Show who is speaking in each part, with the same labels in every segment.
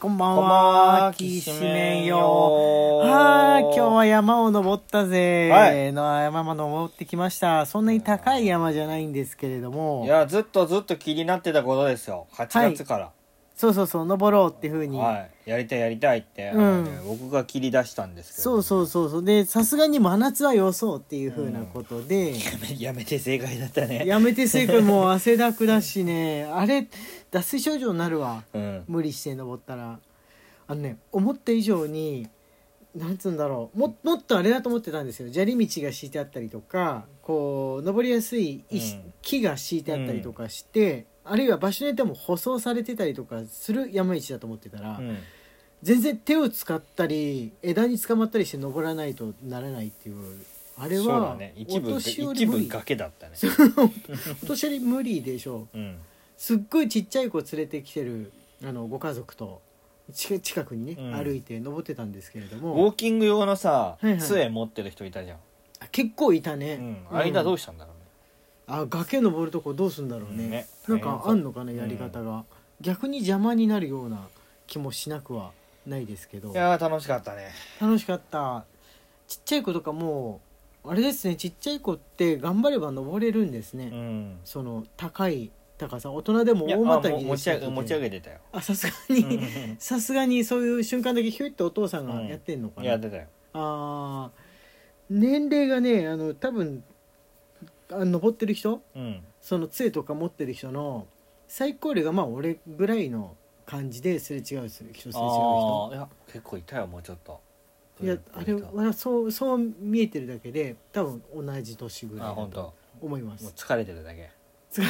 Speaker 1: こんばん
Speaker 2: こんばん
Speaker 1: は
Speaker 2: は。
Speaker 1: きし
Speaker 2: きし
Speaker 1: め
Speaker 2: め
Speaker 1: ん
Speaker 2: ん
Speaker 1: よ。
Speaker 2: よ
Speaker 1: はー今日は山を登ったぜ。
Speaker 2: はい
Speaker 1: の山も登ってきました。そんなに高い山じゃないんですけれども
Speaker 2: い、やずっとずっと気になってたことですよ8月から
Speaker 1: そうそうそう、登ろうっていうふう
Speaker 2: はい、
Speaker 1: に。
Speaker 2: やりたいやりたいって、
Speaker 1: うん
Speaker 2: あのね僕が切り出したんですけど
Speaker 1: そうそうそうそう。で、さすがに真夏は予想っていうふうなことで、
Speaker 2: やめ やめて正解だったね
Speaker 1: やめて正解もう汗だくだしね、あれ、脱水症状になるわ。
Speaker 2: うん
Speaker 1: 無理して登ったらあのね思った以上になんつうんだろうももっとあれだと思ってたんですよ砂利道が敷いてあったりとかこう登りやすい石、
Speaker 2: うん
Speaker 1: 木が敷いてあったりとかして、あるいは場所によっても舗装されてたりとかする山道だと思ってたら、
Speaker 2: うん
Speaker 1: 全然手を使ったり枝に捕まったりして登らないとならないっていうあれ
Speaker 2: そうだ
Speaker 1: は、
Speaker 2: ね一
Speaker 1: お
Speaker 2: 部
Speaker 1: 年寄
Speaker 2: 一
Speaker 1: り無
Speaker 2: 部
Speaker 1: 理
Speaker 2: 崖だったね
Speaker 1: お年寄り無理でしょう
Speaker 2: うん
Speaker 1: すっごいちっちゃい子連れてきてるあのご家族とち近くにね、
Speaker 2: うん
Speaker 1: 歩いて登ってたんですけれど
Speaker 2: ウ
Speaker 1: も
Speaker 2: ォーキング用のさ、
Speaker 1: はいはい
Speaker 2: 杖持ってる人いたじゃん、
Speaker 1: あ結構いた
Speaker 2: う
Speaker 1: ね
Speaker 2: ん、、間どう
Speaker 1: し
Speaker 2: したんだろう
Speaker 1: あ崖登るとこどうすんだろうね,、
Speaker 2: うんね
Speaker 1: なんかあんのかな
Speaker 2: 大変
Speaker 1: や
Speaker 2: そう
Speaker 1: り方が、逆に邪魔になるような気もしなくはないですけど
Speaker 2: ねいやー楽しかったね
Speaker 1: 楽しかったちっちゃい子とかもうあれですねちっちゃい子って頑張れば登れるんですね、
Speaker 2: うん
Speaker 1: その高い高さ大人でも
Speaker 2: いや
Speaker 1: 大また
Speaker 2: あ
Speaker 1: ぎ
Speaker 2: も
Speaker 1: に
Speaker 2: 持ち上
Speaker 1: で
Speaker 2: げ
Speaker 1: きる
Speaker 2: 持ち上げて たよ
Speaker 1: あさすがに、
Speaker 2: うんうん
Speaker 1: さすがにそういう瞬間だけヒュイッとお父さんがやってんのか
Speaker 2: うん
Speaker 1: な、
Speaker 2: やってたよ
Speaker 1: あー年齢がねあの多分あ登ってる人
Speaker 2: うん
Speaker 1: その杖とか持ってる人の最高齢がまあ俺ぐらいの感じですれ違うする人すれ違う
Speaker 2: あ
Speaker 1: 人
Speaker 2: あいや結構いたよもうちょっと
Speaker 1: いやあれ
Speaker 2: ブルーブルー
Speaker 1: はそうそう見えてるだけで多分同じ年ぐ
Speaker 2: と
Speaker 1: ら
Speaker 2: あ
Speaker 1: いだ
Speaker 2: 本当
Speaker 1: と
Speaker 2: も
Speaker 1: 思いま
Speaker 2: う
Speaker 1: す
Speaker 2: 疲れてるだけ
Speaker 1: つか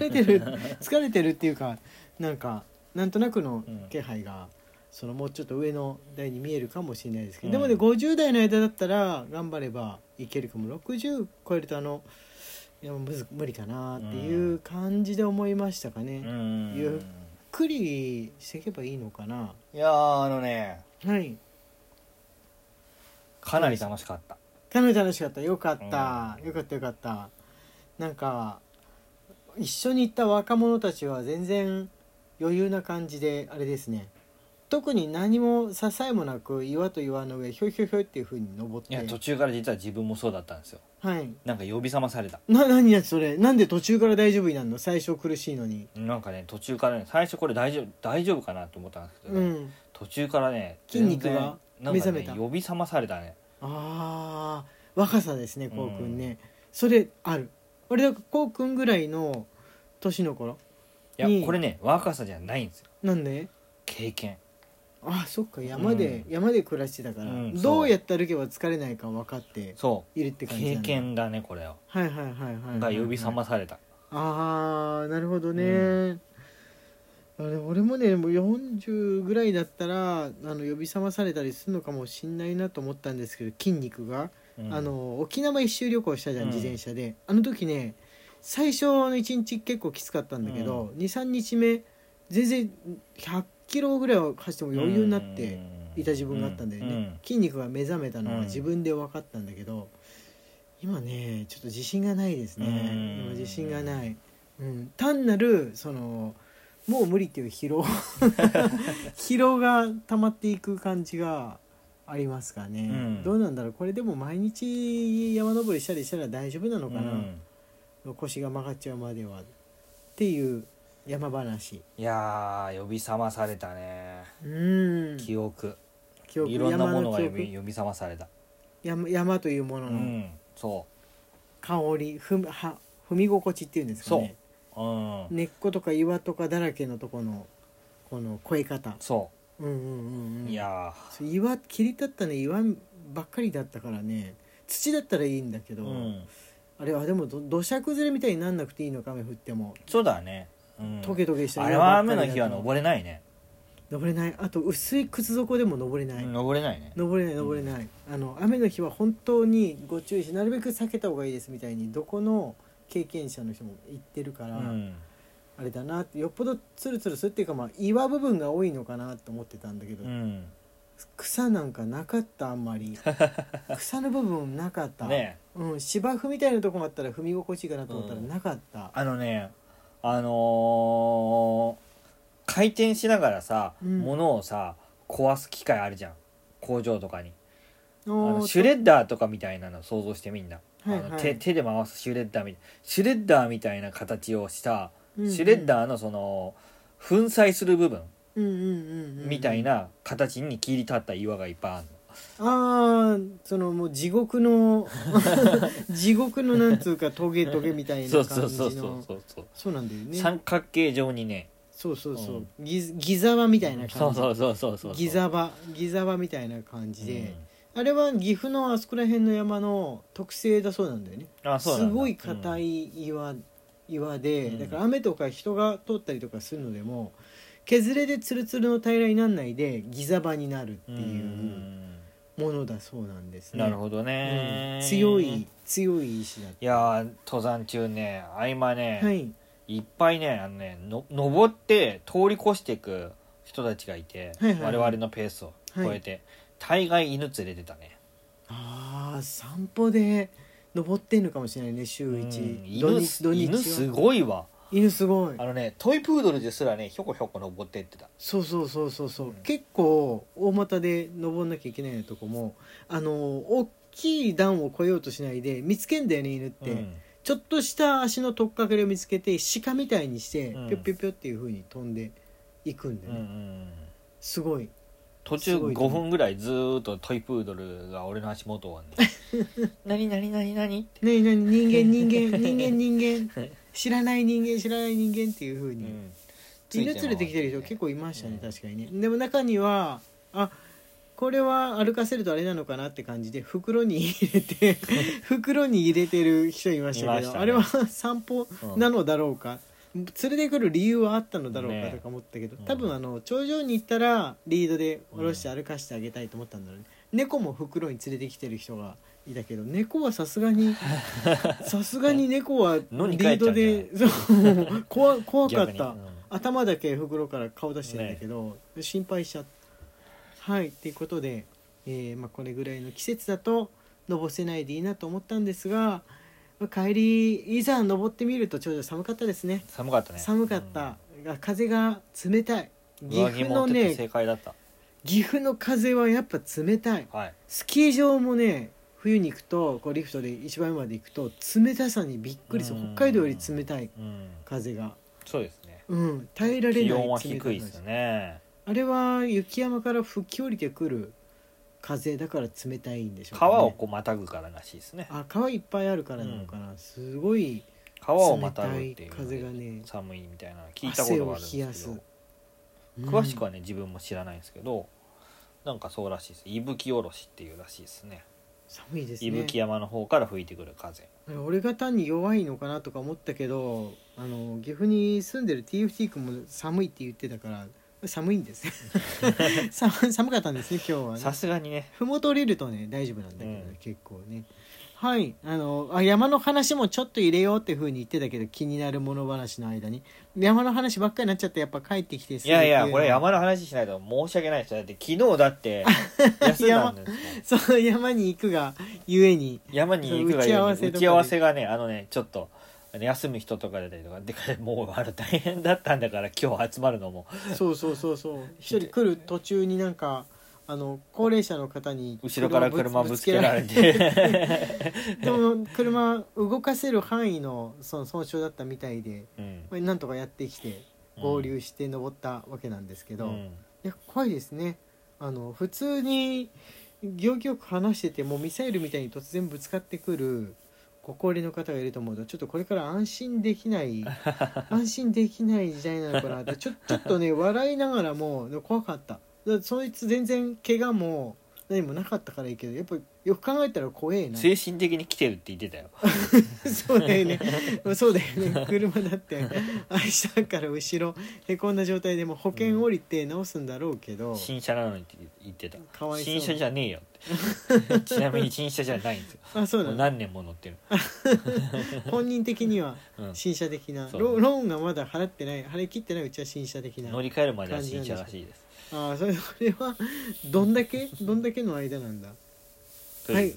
Speaker 1: 疲れて る疲れてるっていうかなんかなんとなくの気配が、そのもうちょっと上の台に見えるかもしれないですけど、で
Speaker 2: う
Speaker 1: もね
Speaker 2: ん
Speaker 1: 50代の間だったら頑張ればいけるかも60超えるとあのいやもうむず無理かなっていう感じで思いましたかね、
Speaker 2: う
Speaker 1: ゆっ
Speaker 2: ん
Speaker 1: ゆっくりしていけばいいのかない
Speaker 2: やーあのね
Speaker 1: はい
Speaker 2: かなり楽しかった
Speaker 1: 彼女楽しかったよかった、
Speaker 2: うん
Speaker 1: よかったよかったなんか一緒に行った若者たちは全然余裕な感じであれですね特に何も支えもなく岩と岩の上ひょいひょいひょいっていうふうに登っ
Speaker 2: い
Speaker 1: て
Speaker 2: や途中から実は自分もそうだったんですよ
Speaker 1: はい
Speaker 2: なんか呼び覚まされた
Speaker 1: な何やそれなんで途中から大丈夫になるの最初苦しいのに
Speaker 2: なんかね途中からね最初これ大丈夫大丈夫かなと思ったんですけど
Speaker 1: う
Speaker 2: ね、
Speaker 1: ん
Speaker 2: 途中からね
Speaker 1: 筋肉が
Speaker 2: 全然なんかね
Speaker 1: 目覚めた
Speaker 2: 呼び覚まされたね
Speaker 1: あー若さですね
Speaker 2: うん
Speaker 1: こうくんね、それある俺だからこうくんぐらいの年の頃
Speaker 2: いや
Speaker 1: いい
Speaker 2: これね若さじゃないんですよ
Speaker 1: なんで
Speaker 2: 経験
Speaker 1: あそっか山で、山で暮らしてたから、
Speaker 2: うんそう
Speaker 1: どうやって歩けば疲れないか分かって
Speaker 2: そう
Speaker 1: いるって感じな
Speaker 2: 経
Speaker 1: んだ
Speaker 2: 験だねこれを
Speaker 1: はいはいはいはいはい
Speaker 2: が呼び覚まされた
Speaker 1: ああなるほどね、
Speaker 2: う
Speaker 1: あれ俺もねもう40ぐらいだったらあの呼び覚まされたりするのかもしんないなと思ったんですけど筋肉が、
Speaker 2: うん
Speaker 1: あの沖縄一周旅行したじゃん
Speaker 2: うん
Speaker 1: 自転車で、あの時ね最初の1日結構きつかったんだけど、23日目全然100キロぐらいは走っても余裕になって。いた自分があったんだよね、
Speaker 2: ううん
Speaker 1: 筋肉が目覚めたのは
Speaker 2: うん
Speaker 1: 自分で分かったんだけど、今ねちょっと自信がないですね、
Speaker 2: うん
Speaker 1: 今自信がない、うん、単なるそのもう無理っていう疲 労疲労が溜まっていく感じがありますかね、
Speaker 2: うん
Speaker 1: どうなんだろうこれでも毎日山登りしたりしたら大丈夫なのかな、
Speaker 2: うん
Speaker 1: 腰が曲がっちゃうまではっていう山話
Speaker 2: いやー呼び覚まされたね
Speaker 1: うん
Speaker 2: 記憶
Speaker 1: 記憶
Speaker 2: いろんなものが
Speaker 1: 山の
Speaker 2: 呼
Speaker 1: 記
Speaker 2: び
Speaker 1: 憶
Speaker 2: 呼び覚まされた
Speaker 1: 山山というも
Speaker 2: う
Speaker 1: のの、
Speaker 2: んそ
Speaker 1: 香り踏むは踏み心地っていうんですかね
Speaker 2: ううん
Speaker 1: 根っことか岩とかだらけのとこのこの越え方
Speaker 2: そ
Speaker 1: うんうんうんう
Speaker 2: うんいや
Speaker 1: そう岩切り立ったね岩ばっかりだったからね土だったらいいんだけ
Speaker 2: ー
Speaker 1: ど、
Speaker 2: うん
Speaker 1: あれはでもど土砂崩れみたいになんなくていいのか雨降っても
Speaker 2: そうだねうん
Speaker 1: トゲトゲした
Speaker 2: あれ
Speaker 1: 岩
Speaker 2: は
Speaker 1: ばっ
Speaker 2: 雨
Speaker 1: かりだと
Speaker 2: の日は登れないね
Speaker 1: 登れないあと薄い靴底でも登れない、
Speaker 2: 登れないね
Speaker 1: 登れない登れない、あの雨の日は本当にご注意しなるべく避けた方がいいですみたいにどこの経験者の人も言ってるか
Speaker 2: う
Speaker 1: ら、
Speaker 2: ん
Speaker 1: あれだなってよっぽどツルツルするっていうか、まあ、岩部分が多いのかなと思ってたんだけど、
Speaker 2: うん
Speaker 1: 草なんかなかったあんま り草の部分なかった、
Speaker 2: ね
Speaker 1: うん、芝生みたいなとこもあったら踏み心地いいかなと思ったら
Speaker 2: うん
Speaker 1: なかった、
Speaker 2: あのねあのー回転しながらさ、
Speaker 1: うん
Speaker 2: 物をさ壊す機械あるじゃん工場とかに
Speaker 1: あ
Speaker 2: あのシュレッダーとかみたいなの想像してみんな、
Speaker 1: はい
Speaker 2: あ
Speaker 1: は
Speaker 2: の
Speaker 1: い
Speaker 2: 手手で回すシュレッダーみたいシュレッダーみたいな形をした、シュレッ
Speaker 1: ー
Speaker 2: ダーのその粉砕する部分みたい
Speaker 1: な
Speaker 2: な形に切り立った岩がいっぱいあるの
Speaker 1: あーそのもう地獄の 地獄のなんつうかトゲトゲみたい
Speaker 2: そ
Speaker 1: な
Speaker 2: うそ
Speaker 1: 感
Speaker 2: う
Speaker 1: じ
Speaker 2: そうそう
Speaker 1: の
Speaker 2: そうそう
Speaker 1: そうなんだよね
Speaker 2: 三角形状にね
Speaker 1: そうそうそううんギザギザワみたいな
Speaker 2: そ
Speaker 1: 感
Speaker 2: う
Speaker 1: じ
Speaker 2: そうそうそうそう
Speaker 1: ギザワギザワみたいな感じ
Speaker 2: うん
Speaker 1: であれは岐阜のあそこら辺の山の特性だそうなんだよね
Speaker 2: あそう
Speaker 1: す
Speaker 2: なんだ
Speaker 1: ごい硬
Speaker 2: うん
Speaker 1: い岩岩で
Speaker 2: うん
Speaker 1: だから雨とか人が通ったりとかするのでも削れでツルツルの平らになんないでギザ場になるって
Speaker 2: うん
Speaker 1: いうものだそうなんですね。
Speaker 2: なるほど
Speaker 1: う
Speaker 2: ね
Speaker 1: ん、強い強い石だっ
Speaker 2: い
Speaker 1: て
Speaker 2: やー登山中ね合間ね、、
Speaker 1: はいい
Speaker 2: っぱいねあのねの登って通り越していく人たちがいて、
Speaker 1: はいはいはい
Speaker 2: 我々のペースを超えて、大概犬連れてたね
Speaker 1: あー散歩で登ってんのかもしれないね週一土
Speaker 2: うん犬
Speaker 1: 日
Speaker 2: す
Speaker 1: 土日は
Speaker 2: 犬すごいわ
Speaker 1: 犬すごい
Speaker 2: あのねトイプードルですらねひょこひょこ登ってってた
Speaker 1: そうそうそうそうそう、
Speaker 2: うん
Speaker 1: 結構大股で登んなきゃいけないようなとこもあの大きい段を越えようとしないで見つけんだよね犬って、
Speaker 2: うん
Speaker 1: ちょっとした足の取っかかりを見つけて鹿みたいにして、
Speaker 2: うん
Speaker 1: ぴょぴょぴょっていうふうに飛んでいくんだ
Speaker 2: う
Speaker 1: よ
Speaker 2: ん
Speaker 1: ね、
Speaker 2: うん
Speaker 1: すごい
Speaker 2: 途中
Speaker 1: すごいと
Speaker 2: 5
Speaker 1: 思う
Speaker 2: 分ぐらいずーっとトイプードルが俺の足元をね 何何何何って、
Speaker 1: 何何人間 人間人間人間知らない人間知らない人間っていうふう
Speaker 2: う
Speaker 1: に、
Speaker 2: ん
Speaker 1: 犬連れてきてる人結構いましたね、
Speaker 2: うん
Speaker 1: 確かにねでも中にはあこれは歩かせるとあれなのかなって感じで袋に入れ て袋に入れてる人いましたけ
Speaker 2: いま
Speaker 1: ど
Speaker 2: したね
Speaker 1: あれは散歩なのだろうか、連れてくる理由はあったのだろうか
Speaker 2: ね
Speaker 1: とか思ったけど、
Speaker 2: うん
Speaker 1: 多分あの頂上に行ったらリードで下ろして歩かせてあげたいと思ったんだろうね、猫も袋に連れてきてる人がいたけど猫はさすが にさすがに猫はリ
Speaker 2: 野に帰っ
Speaker 1: ー
Speaker 2: ちゃ
Speaker 1: ド
Speaker 2: うんじゃない
Speaker 1: でそう怖怖かっ
Speaker 2: 逆に
Speaker 1: た
Speaker 2: う。ん
Speaker 1: 頭だけ袋から顔出してるんだけど、心配しちゃったはいっていうことで、えーまあ、これぐらいの季節だと登せないでいいなと思ったんですが帰りいざ登ってみるとちょうど寒かったですね
Speaker 2: 寒かったね
Speaker 1: 寒かった、が風が冷たい
Speaker 2: うん
Speaker 1: 岐
Speaker 2: 上着
Speaker 1: 阜
Speaker 2: 持
Speaker 1: の
Speaker 2: ってて正
Speaker 1: ね
Speaker 2: 解だった
Speaker 1: 岐阜の風はやっぱ冷たい
Speaker 2: はい
Speaker 1: スキー場もね冬に行くとこうリフトで一番上まで行くと冷たさにびっくりする
Speaker 2: うん
Speaker 1: 北海道より冷たい
Speaker 2: うん
Speaker 1: 風が、
Speaker 2: そうですね
Speaker 1: うん、耐えられない
Speaker 2: 気温は低
Speaker 1: 冷た
Speaker 2: いですよね
Speaker 1: あれは雪山から吹き降りてくる風だから冷たいんでしょうか、ね、
Speaker 2: 川をこうまたぐかららしいですね
Speaker 1: あ川いっぱいあるからなのかな、すごい
Speaker 2: 川をまたぐってい
Speaker 1: 冷
Speaker 2: う
Speaker 1: たい風がね
Speaker 2: 寒いみたいなの聞いたこ
Speaker 1: 汗
Speaker 2: とが
Speaker 1: を
Speaker 2: あるん
Speaker 1: 冷や
Speaker 2: ですけ
Speaker 1: す
Speaker 2: ど、
Speaker 1: うん
Speaker 2: 詳しくはね自分も知らないんですけどなんかそうらしいです伊吹おろしっていうらしいですね
Speaker 1: 寒いです
Speaker 2: 伊
Speaker 1: ね
Speaker 2: 吹山の方から吹いてくる風
Speaker 1: 俺が単に弱いのかなとか思ったけどあの岐阜に住んでる TFT 君も寒いって言ってたから寒いんです 寒寒かったんですね今日はね
Speaker 2: さすがにね
Speaker 1: ふもと降りるとね大丈夫なんだけど、ね
Speaker 2: うん
Speaker 1: 結構ねはいあのあ山の話もちょっと入れようってふうに言ってたけど気になる物話の間に山の話ばっかりになっちゃってやっぱ帰ってきてす
Speaker 2: い
Speaker 1: ぐ行
Speaker 2: や
Speaker 1: くような
Speaker 2: いやこれ山の話しないと申し訳ないですだって昨日だって休んだんですもん
Speaker 1: そう山に行くがゆえに
Speaker 2: 山に行くが
Speaker 1: 打ち合わせとかで
Speaker 2: 打ち合わせがねあのねちょっとあの休む人とかだったりとかでもうあの大変だったんだから今日集まるのも
Speaker 1: そうそうそうそう一人来る途中になんかあの高齢者の方に
Speaker 2: 後ろから車ぶつけられ
Speaker 1: ぶつ
Speaker 2: て、
Speaker 1: けられてでも車動かせる範囲のその損傷だったみたいで
Speaker 2: うん
Speaker 1: まあなんとかやってきて
Speaker 2: うん
Speaker 1: 合流して登ったわけなんですけど、
Speaker 2: うん
Speaker 1: いや怖いですねあの普通に行儀よく話しててもミサイルみたいに突然ぶつかってくるご高齢の方がいると思うとちょっとこれから安心できない安心できない時代なのかなってちょちょっとね笑いながらもでも怖かっただからそいつ全然怪我も何もなかったからいいけどやっぱよく考えたら怖えな
Speaker 2: 精神的に来てるって言ってたよ
Speaker 1: そうだよね。そうだよね。車だって明日から後ろへこんだ状態でもう保険降りて直すんだろうけど、
Speaker 2: 新車なのにって言ってた
Speaker 1: かわいそう
Speaker 2: 新車じゃねえよって ちなみに新車じゃないんですよ
Speaker 1: あそう
Speaker 2: もう
Speaker 1: なの。
Speaker 2: 何年も乗ってる、
Speaker 1: 本人的には
Speaker 2: うん、
Speaker 1: 新車的な、
Speaker 2: そう
Speaker 1: ロローンがまだ払ってない払い切ってないうちは新車的な。
Speaker 2: 乗り換えるまでは新車らしいです
Speaker 1: ああそれそれはどんだけどんだけの間なんだ。
Speaker 2: と
Speaker 1: は
Speaker 2: いう
Speaker 1: い。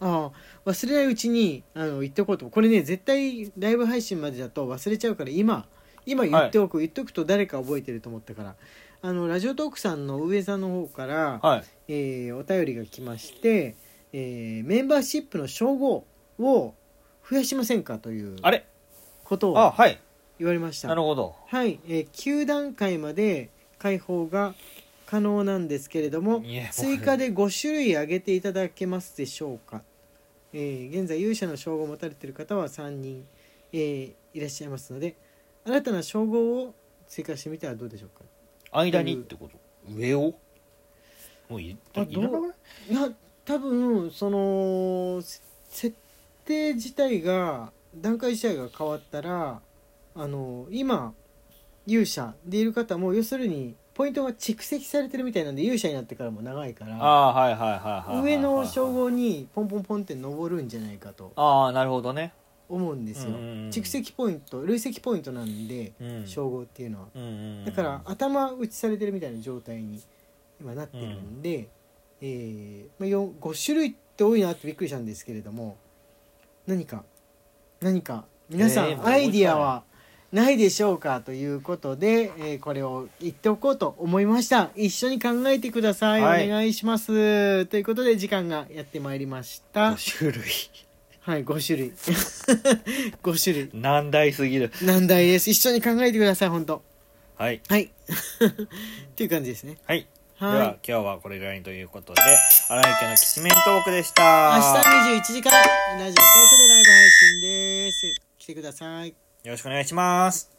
Speaker 1: ああ忘れないうちにあの言っておこうとこれね絶対ライブ配信までだと忘れちゃうから今今言っておく、言っておくと誰か覚えてると思ったからあのラジオトークさんの上さんの方から、
Speaker 2: はい
Speaker 1: えーお便りが来まして、えーメンバーシップの称号を増やしませんかという
Speaker 2: あれ
Speaker 1: こと
Speaker 2: あ
Speaker 1: を
Speaker 2: はい
Speaker 1: 言われました
Speaker 2: なるほど
Speaker 1: はい、えー9段階まで開放が可能なんですけれども
Speaker 2: いや
Speaker 1: 追加で5種類挙げていただけますでしょうか、えー現在勇者の称号を持たれている方は3人、えーいらっしゃいますので新たな称号を追加してみてはどうでしょうか
Speaker 2: 間にってこと上をもうい
Speaker 1: あ
Speaker 2: いらな
Speaker 1: ど
Speaker 2: いう
Speaker 1: いや多分そのせ設定自体が段階自体が変わったらあの今勇者でいる方も要するにポイントが蓄積されてるみたいなんで勇者になってからも長いから
Speaker 2: ああーはいはいはいはいはいはい
Speaker 1: 上の称号にポンポンポンって上るんじゃないかと
Speaker 2: ああなるほどね
Speaker 1: 思うんですよ
Speaker 2: うんうんうん
Speaker 1: 蓄積ポイント累積ポイントなんで
Speaker 2: うん
Speaker 1: 称号っていうのは
Speaker 2: うんうんうん
Speaker 1: だから頭打ちされてるみたいな状態に今なってるんで、えーまあ、よん5種類って多いなってびっくりしたんですけれども何か何か皆さん、
Speaker 2: えーもう
Speaker 1: アイディアはないでしょうかということで、えーこれを言っておこうと思いました一緒に考えてください、
Speaker 2: はい
Speaker 1: お願いしますということで時間がやってまいりました
Speaker 2: 5種類
Speaker 1: はい5種類 5種類
Speaker 2: 難題すぎる
Speaker 1: 難題です一緒に考えてください本当
Speaker 2: はい
Speaker 1: はい っていう感じですね
Speaker 2: はいで
Speaker 1: はい
Speaker 2: は今日はこれぐらいということで荒井家のきしめんトークでした
Speaker 1: 明日21時からラジオトークでライブ配信です。来てください。
Speaker 2: よろしくお願いします